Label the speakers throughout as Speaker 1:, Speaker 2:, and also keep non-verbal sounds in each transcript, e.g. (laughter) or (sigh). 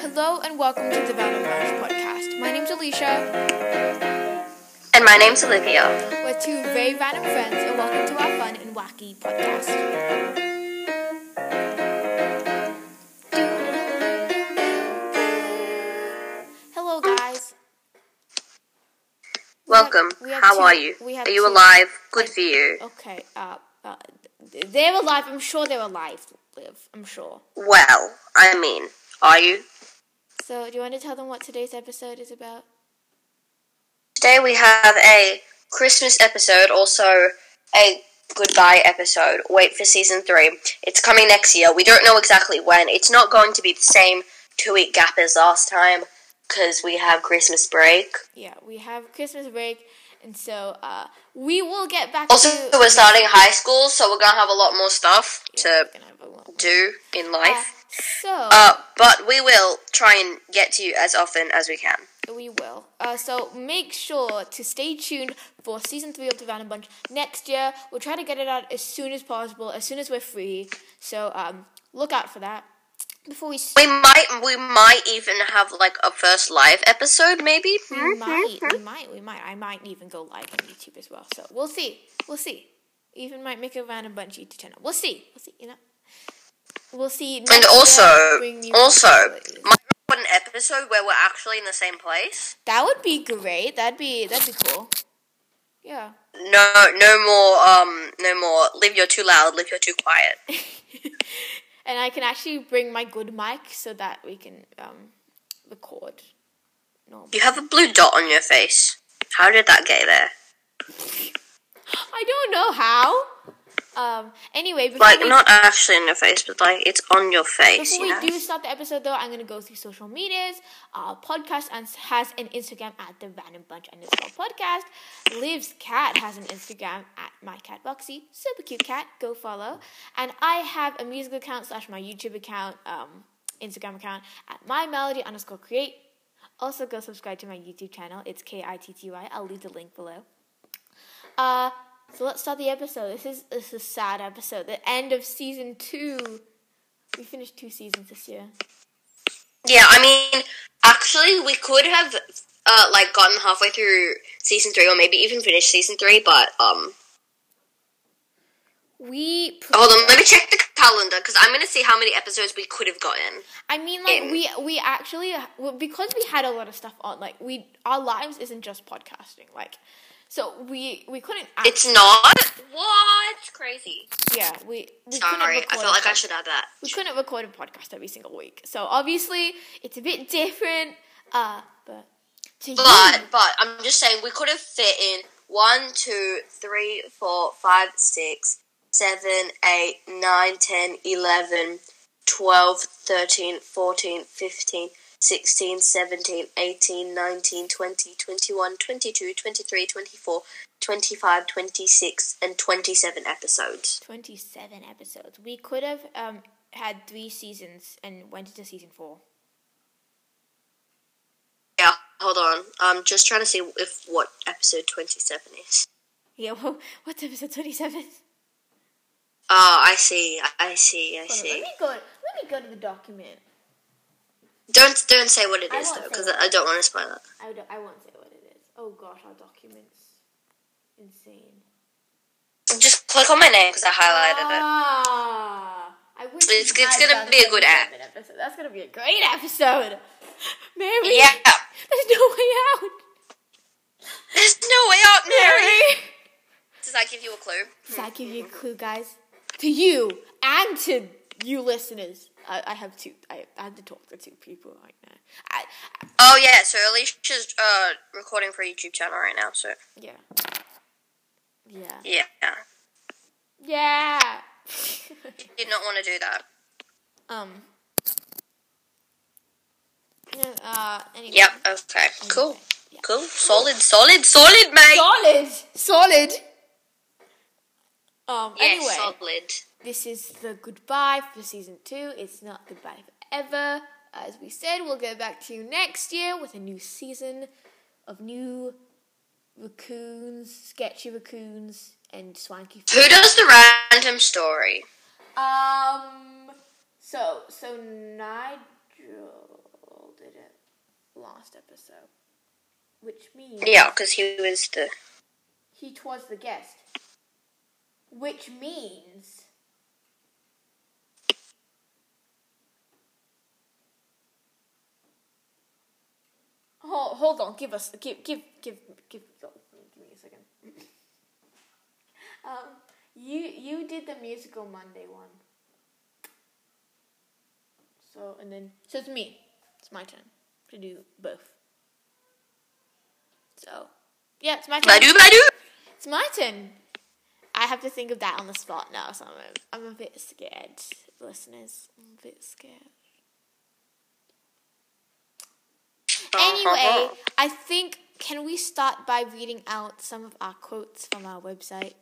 Speaker 1: Hello and welcome to the Battle Lounge podcast. My name's Alicia.
Speaker 2: And my name's Olivia.
Speaker 1: We're two very random friends, and welcome to our fun and wacky podcast. Hello, guys.
Speaker 2: Welcome.
Speaker 1: We have
Speaker 2: How
Speaker 1: two-
Speaker 2: are you?
Speaker 1: we have
Speaker 2: Are you
Speaker 1: two-
Speaker 2: alive? Good for you.
Speaker 1: Okay, uh, uh, they're alive. I'm sure they're alive. Liv, I'm sure.
Speaker 2: Well, I mean, are you?
Speaker 1: So, do you want to tell them what today's episode is about?
Speaker 2: Today we have a Christmas episode, also a goodbye episode. Wait for season three. It's coming next year. We don't know exactly when. It's not going to be the same two week gap as last time because we have Christmas break.
Speaker 1: Yeah, we have Christmas break, and so uh, we will get back
Speaker 2: Also,
Speaker 1: to.
Speaker 2: we're starting high school, so we're gonna have a lot more stuff
Speaker 1: Yeah,
Speaker 2: to
Speaker 1: we're gonna have a long-
Speaker 2: do in
Speaker 1: Uh,
Speaker 2: life.
Speaker 1: so
Speaker 2: Uh, but we will try and get to you as often as we can.
Speaker 1: we will. Uh, so make sure to stay tuned for season three of the Random Bunch next year. We'll try to get it out as soon as possible, as soon as we're free. So um, look out for that. Before we
Speaker 2: We might, we might even have like a first live episode, maybe. Hmm?
Speaker 1: We might, we might, we might. I might even go live on YouTube as well. So we'll see. We'll see. Even might make a random bunch YouTube channel. We'll see. We'll see. You know. We'll see.
Speaker 2: And
Speaker 1: next
Speaker 2: also,
Speaker 1: year, bring new
Speaker 2: also,
Speaker 1: possibilities.
Speaker 2: might record an episode where we're actually in the same place.
Speaker 1: that would be great. That'd be that'd be cool. Yeah.
Speaker 2: No, no more, um, no more. Live, you're too loud. Live, you're too quiet.
Speaker 1: (laughs) and I can actually bring my good mic so that we can um, record. Normal.
Speaker 2: You have a blue dot on your face. How did that get there?
Speaker 1: I don't know how. Um. Anyway, before
Speaker 2: Like,
Speaker 1: we
Speaker 2: not actually in your face, but like it's on your face.
Speaker 1: Before
Speaker 2: You know?
Speaker 1: we do start the episode, though, I'm going to go through social medias. Our podcast and has an Instagram at the Random Bunch underscore podcast. Liv's cat has an Instagram at my cat Boxy. Super cute cat. Go follow. And I have a musical account slash my YouTube account, um, Instagram account at my melody underscore create. Also, go subscribe to my YouTube channel. It's K I T T Y. I'll leave the link below. Uh, so let's start the episode. This is this is a sad episode. The end of season two. We finished two seasons this year.
Speaker 2: Yeah, I mean, actually, we could have uh, like gotten halfway through season three, or maybe even finished season three. But um,
Speaker 1: We, pr-
Speaker 2: hold on, let me check the calendar because I'm gonna see how many episodes we could have gotten.
Speaker 1: I mean, like we we actually well, because we had a lot of stuff on. Like we, our lives isn't just podcasting. Like, so we we couldn't. Act,
Speaker 2: It's not what crazy.
Speaker 1: yeah, we we couldn't
Speaker 2: Sorry,
Speaker 1: record.
Speaker 2: I felt like I should add that.
Speaker 1: we couldn't record a podcast every single week. So obviously, it's a bit different. Uh, but to you,
Speaker 2: But but I'm just saying we could have fit in one, two, three, four, five, six, seven, eight, nine, ten, eleven, twelve, thirteen, fourteen, fifteen, sixteen, seventeen, eighteen, nineteen, twenty, twenty-one, twenty-two, twenty-three, twenty-four, twenty-five, twenty-six, and twenty-seven episodes.
Speaker 1: twenty-seven episodes. We could have um had three seasons and went into season four.
Speaker 2: Yeah, hold on. I'm just trying to see if what episode twenty-seven is.
Speaker 1: Yeah, (laughs) well, what's episode twenty-seven?
Speaker 2: Oh, I see. I see. I
Speaker 1: Hold on,
Speaker 2: see.
Speaker 1: Let me go. Let me go to the document.
Speaker 2: Don't don't say what it
Speaker 1: I
Speaker 2: is
Speaker 1: won't
Speaker 2: though,
Speaker 1: say
Speaker 2: because
Speaker 1: what
Speaker 2: I don't want to spoil it.
Speaker 1: I, don't, I won't say what it is. Oh gosh, our documents. Insane.
Speaker 2: Just click on my name because I highlighted it.
Speaker 1: Ah, I wish
Speaker 2: It's-
Speaker 1: we
Speaker 2: it's
Speaker 1: had
Speaker 2: gonna
Speaker 1: done
Speaker 2: be a
Speaker 1: that
Speaker 2: good
Speaker 1: in an episode. That's gonna be a great episode. (laughs) Mary.
Speaker 2: Yeah,
Speaker 1: There's no way out.
Speaker 2: there's no way out, Mary. Does that give you a clue?
Speaker 1: Does that give you a clue, guys? To you and to you listeners. I, I have two. I, I have to talk to two people right now. I, I,
Speaker 2: Oh yeah, so Alicia's uh recording for YouTube channel right now. So
Speaker 1: yeah. Yeah.
Speaker 2: yeah,
Speaker 1: Yeah. (laughs)
Speaker 2: did not want to do that.
Speaker 1: um. yeah, Uh, anyway.
Speaker 2: Yep. Okay. Cool.
Speaker 1: Yeah.
Speaker 2: Cool. Solid. Solid. Solid, mate.
Speaker 1: solid, solid. Um.
Speaker 2: Yes,
Speaker 1: anyway,
Speaker 2: solid.
Speaker 1: this is the goodbye for season two. It's not goodbye forever. As we said, we'll go back to you next year with a new season of new raccoons, sketchy
Speaker 2: (laughs)
Speaker 1: raccoons, and swanky.
Speaker 2: Who does the random story?
Speaker 1: Um. So so Nigel did it last episode, which means
Speaker 2: Yeah, because he was the.
Speaker 1: he was the guest, which means hold, hold on. Give us give give give give give me a second. (laughs) um, you you did the musical Monday one. So and then so it's me. It's my turn to do both. So yeah, it's my turn.
Speaker 2: Badu (laughs) Badu!
Speaker 1: It's my turn. I have to think of that on the spot now, so I'm a, I'm a bit scared, listeners. I'm a bit scared.
Speaker 2: Uh,
Speaker 1: Anyway, I think can we start by reading out some of our quotes from our website?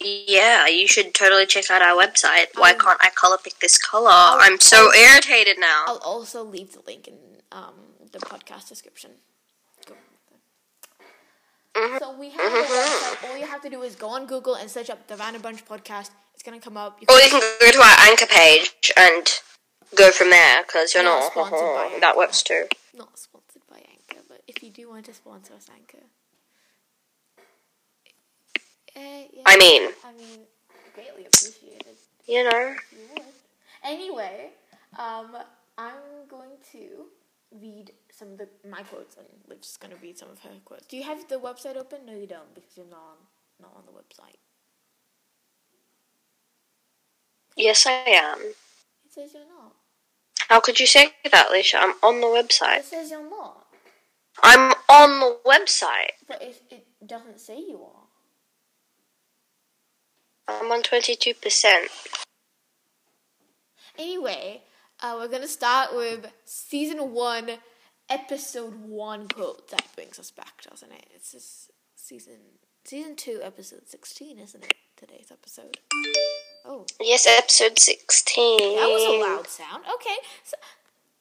Speaker 2: Yeah, you should totally check out our website. Why
Speaker 1: Um,
Speaker 2: can't I color pick this color? I'm
Speaker 1: Oh.
Speaker 2: so irritated now.
Speaker 1: I'll also leave the link in um, the podcast description. Go on. So we have a website. All you have to do is go on Google and search up the Random Bunch podcast. It's gonna come up. You
Speaker 2: Or you can go to our anchor page and go from there because you're
Speaker 1: You're
Speaker 2: not.
Speaker 1: not sponsored
Speaker 2: (laughs)
Speaker 1: by
Speaker 2: that works too.
Speaker 1: not sponsored by Anchor, but if you do want to sponsor us, Anchor. Eh, yeah,
Speaker 2: I mean,
Speaker 1: I mean, greatly appreciated
Speaker 2: you know.
Speaker 1: if you would. Anyway, um, I'm going to read some of the my quotes, and we're just going to read some of her quotes. Do you have the website open? No, you don't, because you're not on, not on the website.
Speaker 2: Yes, I am.
Speaker 1: It says you're not.
Speaker 2: How could you say that, Leisha? I'm on the website.
Speaker 1: It says you're not,
Speaker 2: I'm on the website.
Speaker 1: but it, it doesn't say you are.
Speaker 2: I'm on 22%.
Speaker 1: Anyway, uh, we're gonna start with season one, episode one quote that brings us back, doesn't it? It's just season season two, episode sixteen, isn't it? Today's episode. Oh,
Speaker 2: Yes, episode 16.
Speaker 1: that was a loud sound. Okay, so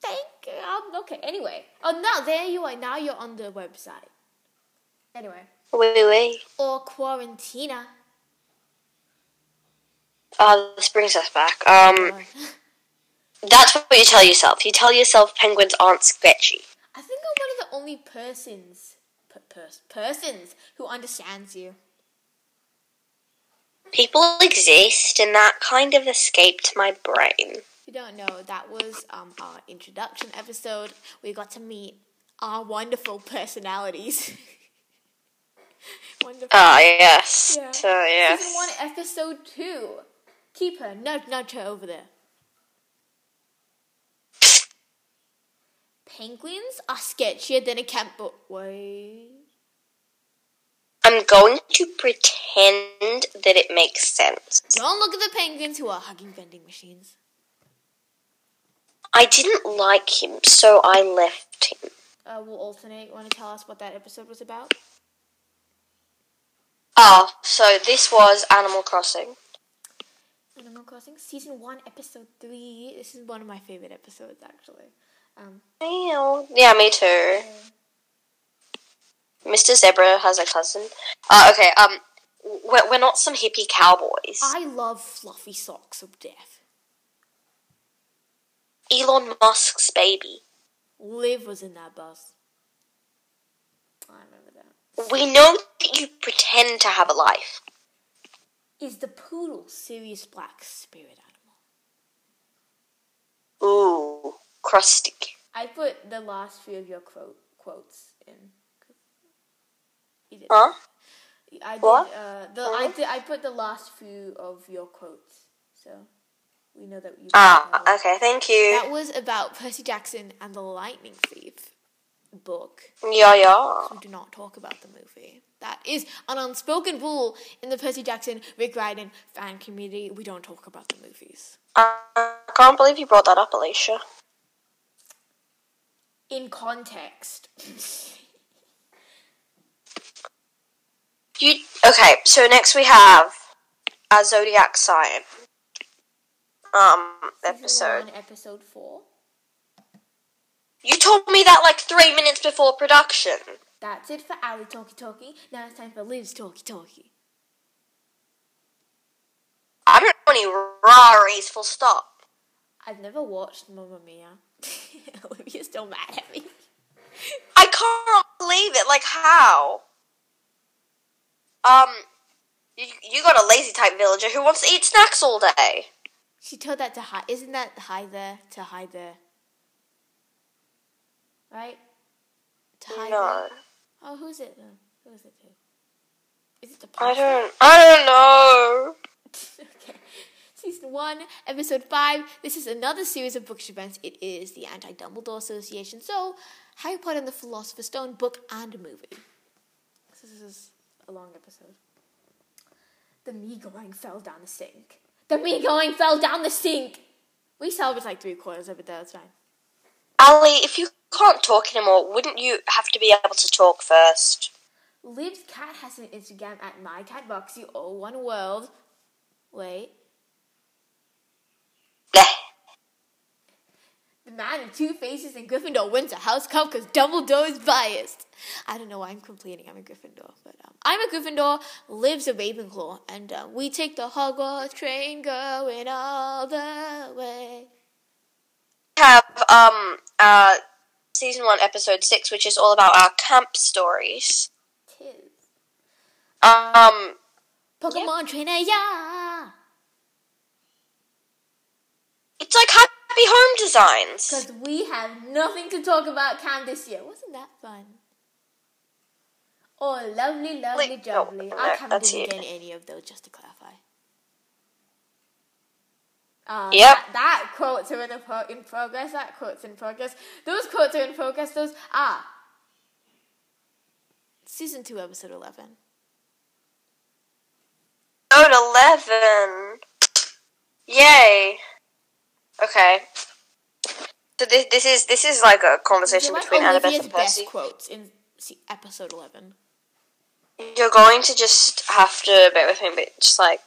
Speaker 1: thank you. Um, okay, anyway. Oh, now there you are. Now you're on the website. Anyway,
Speaker 2: Wait, wait, wait.
Speaker 1: or Quarantina. (laughs)
Speaker 2: Oh, this brings us back. Um, that's what you tell yourself. You tell yourself penguins aren't sketchy.
Speaker 1: I think I'm one of the only persons, per- pers- persons who understands you.
Speaker 2: People exist, and that kind of escaped my brain.
Speaker 1: If you don't know, that was um, our introduction episode. We got to meet our wonderful personalities. (laughs) wonderful.
Speaker 2: Ah, yes.
Speaker 1: Yeah.
Speaker 2: So, yes.
Speaker 1: Season 1, episode 2. Keep her, nudge, nudge her over there. Penguins are sketchier than a camper. Wait.
Speaker 2: I'm going to pretend that it makes sense.
Speaker 1: Don't look at the penguins who are hugging vending machines.
Speaker 2: I didn't like him, so I left him.
Speaker 1: Uh, we'll alternate. Want to tell us what that episode was about?
Speaker 2: Ah, so this was Animal Crossing.
Speaker 1: Animal Crossing season one, episode three. This is one of my favorite episodes, actually. Um,
Speaker 2: Meow. Yeah, me too. Mr. Zebra has a cousin. Uh, okay, um, we're, we're not some hippie cowboys.
Speaker 1: I love fluffy socks of death.
Speaker 2: Elon Musk's baby.
Speaker 1: Liv was in that bus. I remember that.
Speaker 2: We know that you pretend to have a life.
Speaker 1: Is the poodle serious black spirit animal?
Speaker 2: Ooh, crusty.
Speaker 1: I put the last few of your quote, quotes in. You did.
Speaker 2: Huh?
Speaker 1: I did.
Speaker 2: What?
Speaker 1: Uh, the, I, did, I put the last few of your quotes, so we know that you.
Speaker 2: Ah, okay, thank you.
Speaker 1: That was about Percy Jackson and the Lightning Thief book.
Speaker 2: Yeah, yeah.
Speaker 1: We do not talk about the movie. That is an unspoken rule in the Percy Jackson Rick Ryden fan community. We don't talk about the movies.
Speaker 2: I can't believe you brought that up, Alicia.
Speaker 1: In context.
Speaker 2: You okay? So next we have our zodiac sign. Um, episode.
Speaker 1: Season one, (sniffs) episode four.
Speaker 2: You told me that like three minutes before production.
Speaker 1: That's it for Ali Talkie Talkie. Now it's time for Liv's Talkie Talkie.
Speaker 2: I don't many Raris full stop.
Speaker 1: I've never watched Mamma Mia. (laughs) Olivia's still mad at me.
Speaker 2: I can't believe it. Like how? Um, you, you got a lazy type villager who wants to eat snacks all day.
Speaker 1: She told that to hi. Isn't that hi there to hi there? Right? To hi there.
Speaker 2: No,
Speaker 1: Oh, who's it then? Who is it to? Is it the
Speaker 2: I
Speaker 1: pasta?
Speaker 2: don't. I don't know.
Speaker 1: (laughs) okay. Season 1, Episode 5. This is another series of bookshop events. It is the Anti Dumbledore Association. So, Harry Potter and the Philosopher's Stone book and movie. So This is a long episode. The me going fell down the sink. The me going fell down the sink! We salvaged like three quarters of it, though, it's fine.
Speaker 2: Ali, if you can't talk anymore, wouldn't you have to be able to talk first?
Speaker 1: Liv's cat has an Instagram at mycatboxy, all oh one world. Wait.
Speaker 2: Nah.
Speaker 1: The man of two faces in Gryffindor wins a house cup because Dumbledore is biased. I don't know why I'm complaining. I'm a Gryffindor, but um, I'm a Gryffindor. Lives a Ravenclaw, and um, we take the Hogwarts train going all the way.
Speaker 2: We have um uh season one episode six, which is all about our camp stories.
Speaker 1: Tis
Speaker 2: Um,
Speaker 1: Pokemon trainer, yeah.
Speaker 2: it's like happy home designs.
Speaker 1: Because we have nothing to talk about camp this year. Wasn't that fun? Oh, lovely, lovely,
Speaker 2: Like, no,
Speaker 1: jubbly.
Speaker 2: no,
Speaker 1: I haven't
Speaker 2: that's
Speaker 1: been
Speaker 2: it.
Speaker 1: doing any of those, just to clarify. Um,
Speaker 2: Yep.
Speaker 1: that, that quotes are in, a pro- in progress. That quotes in progress. Those quotes are in progress. Those ah, season two, episode eleven.
Speaker 2: Episode eleven. Yay. Okay. So this this is this is like a conversation
Speaker 1: These are,
Speaker 2: between
Speaker 1: like
Speaker 2: Annabeth
Speaker 1: Olivia's
Speaker 2: and
Speaker 1: best
Speaker 2: Percy.
Speaker 1: quotes in se- episode eleven.
Speaker 2: You're going to just have to bear with me, but just like.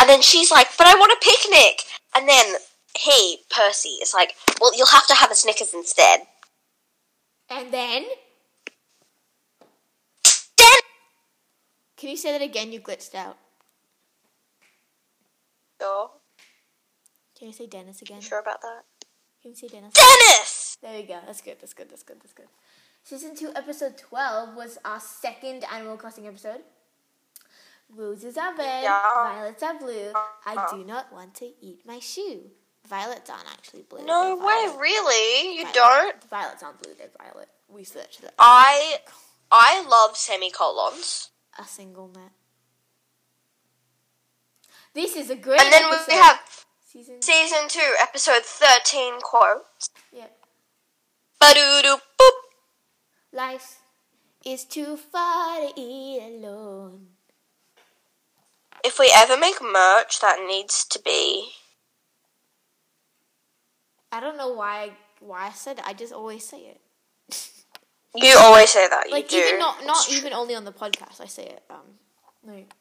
Speaker 2: And then she's like, "But I want a picnic." And then hey, Percy is like, "Well, you'll have to have a Snickers instead."
Speaker 1: And then,
Speaker 2: Then
Speaker 1: can you say that again? You glitched out.
Speaker 2: sure,
Speaker 1: Can you say Dennis again?
Speaker 2: sure about that.
Speaker 1: Can you say Dennis?
Speaker 2: Dennis.
Speaker 1: There we go. That's good. That's good. That's good. That's good. Season 2, episode 12 was our second Animal Crossing episode. Roses are red,
Speaker 2: Yeah.
Speaker 1: violets are blue. I do not want to eat my shoe. Violets aren't actually blue.
Speaker 2: No
Speaker 1: they're
Speaker 2: way,
Speaker 1: violet.
Speaker 2: really? You
Speaker 1: Violet-
Speaker 2: don't?
Speaker 1: Violets aren't blue, they're violet. We searched that.
Speaker 2: I I love semicolons.
Speaker 1: A single net. This is a great
Speaker 2: And then
Speaker 1: episode.
Speaker 2: we have
Speaker 1: Season.
Speaker 2: season two, episode thirteen quotes.
Speaker 1: Yeah.
Speaker 2: Ba-doo-doo, boop.
Speaker 1: Life is too far to eat alone.
Speaker 2: If we ever make merch, that needs to be.
Speaker 1: I don't know why why I said it. I just always say it.
Speaker 2: You always say that. You
Speaker 1: Like
Speaker 2: do.
Speaker 1: even not not
Speaker 2: It's
Speaker 1: even only on the podcast. I say it um like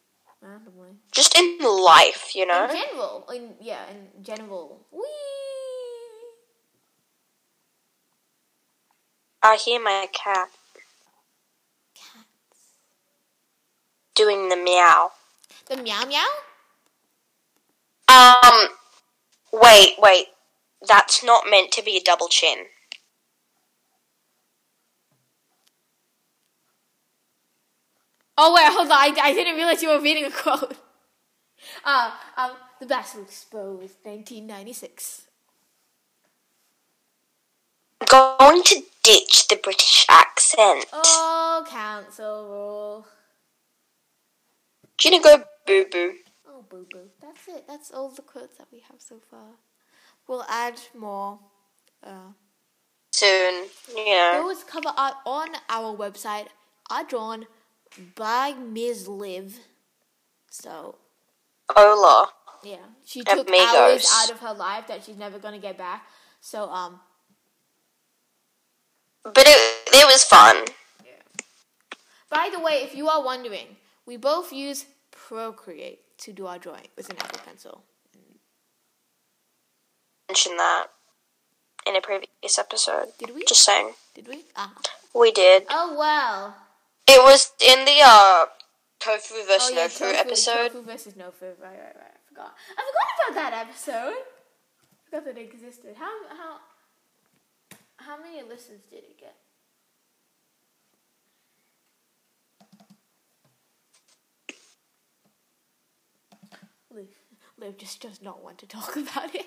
Speaker 1: randomly.
Speaker 2: tr- just in life, you know.
Speaker 1: In general, in yeah, in general. Wee.
Speaker 2: I hear my cat
Speaker 1: Cat.
Speaker 2: doing the meow.
Speaker 1: The meow meow.
Speaker 2: Um, wait, wait. That's not meant to be a double chin.
Speaker 1: Oh wait, hold on. I, I didn't realize you were reading a quote. (laughs) Uh, um, the Battle Exposed, 1996.
Speaker 2: Going to ditch the British accent.
Speaker 1: Oh, council rule.
Speaker 2: Gonna go boo boo.
Speaker 1: Oh, boo boo. That's it. That's all the quotes that we have so far. We'll add more. Uh,
Speaker 2: soon. You know,
Speaker 1: Those cover art on our website are drawn by Ms. Liv. So,
Speaker 2: Ola.
Speaker 1: yeah. She
Speaker 2: And
Speaker 1: took
Speaker 2: Migos.
Speaker 1: hours out of her life that she's never going to get back. So, um,
Speaker 2: But it, it was fun.
Speaker 1: by the way, if you are wondering, we both use Procreate to do our drawing with an Apple Pencil.
Speaker 2: Mention that in a previous episode.
Speaker 1: Did we?
Speaker 2: Just saying,
Speaker 1: Did we? Ah.
Speaker 2: we did.
Speaker 1: Oh, well.
Speaker 2: It was in the uh tofu
Speaker 1: Oh,
Speaker 2: versus
Speaker 1: yeah,
Speaker 2: no fruit
Speaker 1: tofu,
Speaker 2: episode.
Speaker 1: Tofu versus no food. Right, right, right. I forgot forgot. I forgot about that episode. forgot that it existed. How how how many listens did it get? Liv, Liv just does not want to talk about it.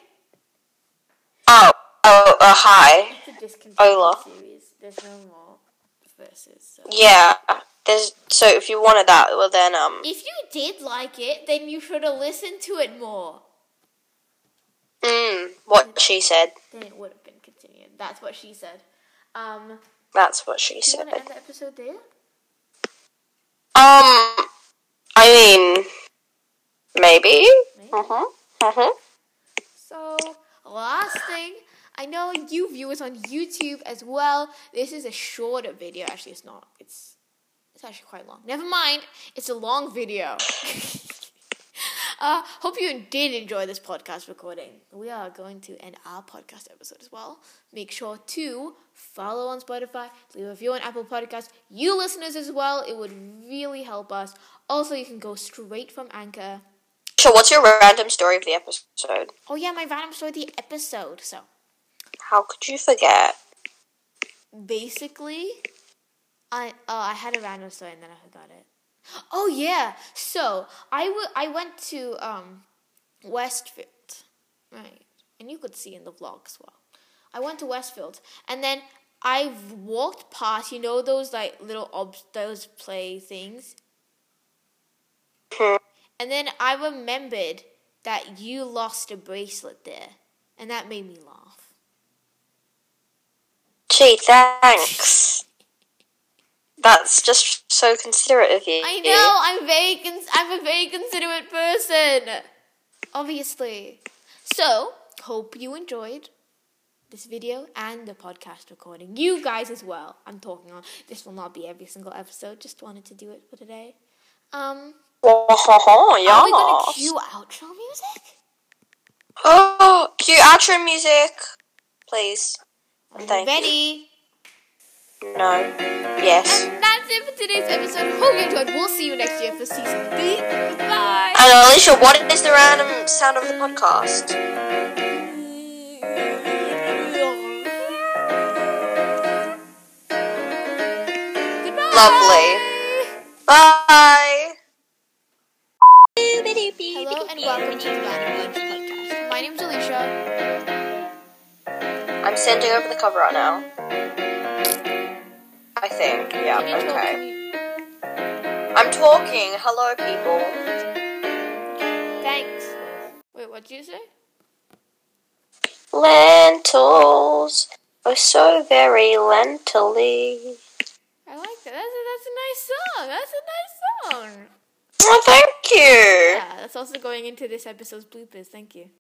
Speaker 2: Oh, oh, uh, hi.
Speaker 1: It's a discontinued
Speaker 2: Olaf.
Speaker 1: series. There's no more verses. So.
Speaker 2: Yeah, there's so if you wanted that, well then um,
Speaker 1: If you did like it, then you should have listened to it more.
Speaker 2: mm, what she said.
Speaker 1: Then it would have been continued. That's what she said. Um,
Speaker 2: That's what she
Speaker 1: do you
Speaker 2: said.
Speaker 1: want to end the episode there?
Speaker 2: Um, I mean, maybe.
Speaker 1: Maybe.
Speaker 2: Mhm. Mhm.
Speaker 1: So, last thing, I know you viewers on YouTube as well. This is a shorter video. Actually, it's not. It's it's actually quite long. Never mind. It's a long video. (laughs) uh, hope you did enjoy this podcast recording. We are going to end our podcast episode as well. Make sure to follow on Spotify, leave a review on Apple Podcasts. You listeners as well. It would really help us. Also, you can go straight from Anchor.
Speaker 2: So, what's your random story of the episode?
Speaker 1: Oh yeah, my random story of the episode. So.
Speaker 2: How could you forget?
Speaker 1: basically, I oh I had a random story and then I forgot it. Oh yeah, so I w- I went to um, Westfield, right? And you could see in the vlog as well. I went to Westfield and then I walked past you know those like little ob- those play things,
Speaker 2: Hmm.
Speaker 1: and then I remembered that you lost a bracelet there, and that made me laugh.
Speaker 2: Gee, thanks. That's just so considerate of you. (laughs)
Speaker 1: I know. I'm very. Cons- I'm a very considerate person. Obviously. So hope you enjoyed this video and the podcast recording. You guys as well. I'm talking on. This will not be every single episode. Just wanted to do it for today. Um.
Speaker 2: Oh,
Speaker 1: Are we gonna
Speaker 2: yes.
Speaker 1: cue outro music?
Speaker 2: Oh, cue outro music, please.
Speaker 1: Are you
Speaker 2: Thank you.
Speaker 1: ready?
Speaker 2: No. Yes.
Speaker 1: And that's it for today's episode. Hope you enjoyed. We'll see you next year for season B. Bye.
Speaker 2: And Alicia, what is the random sound of the podcast? Lovely. Bye.
Speaker 1: Hello and welcome to the Random Lunch Podcast. My name's Alicia.
Speaker 2: I'm sending over the cover art now. I think. Yeah,
Speaker 1: Can you talk to
Speaker 2: okay.
Speaker 1: me?
Speaker 2: I'm talking. Hello, people.
Speaker 1: Thanks. Wait, what did you say?
Speaker 2: Lentils. are so very lentily.
Speaker 1: I like that. That's a, that's a nice song. That's a nice song.
Speaker 2: Oh, thank you.
Speaker 1: Yeah, that's also going into this episode's bloopers. Thank you.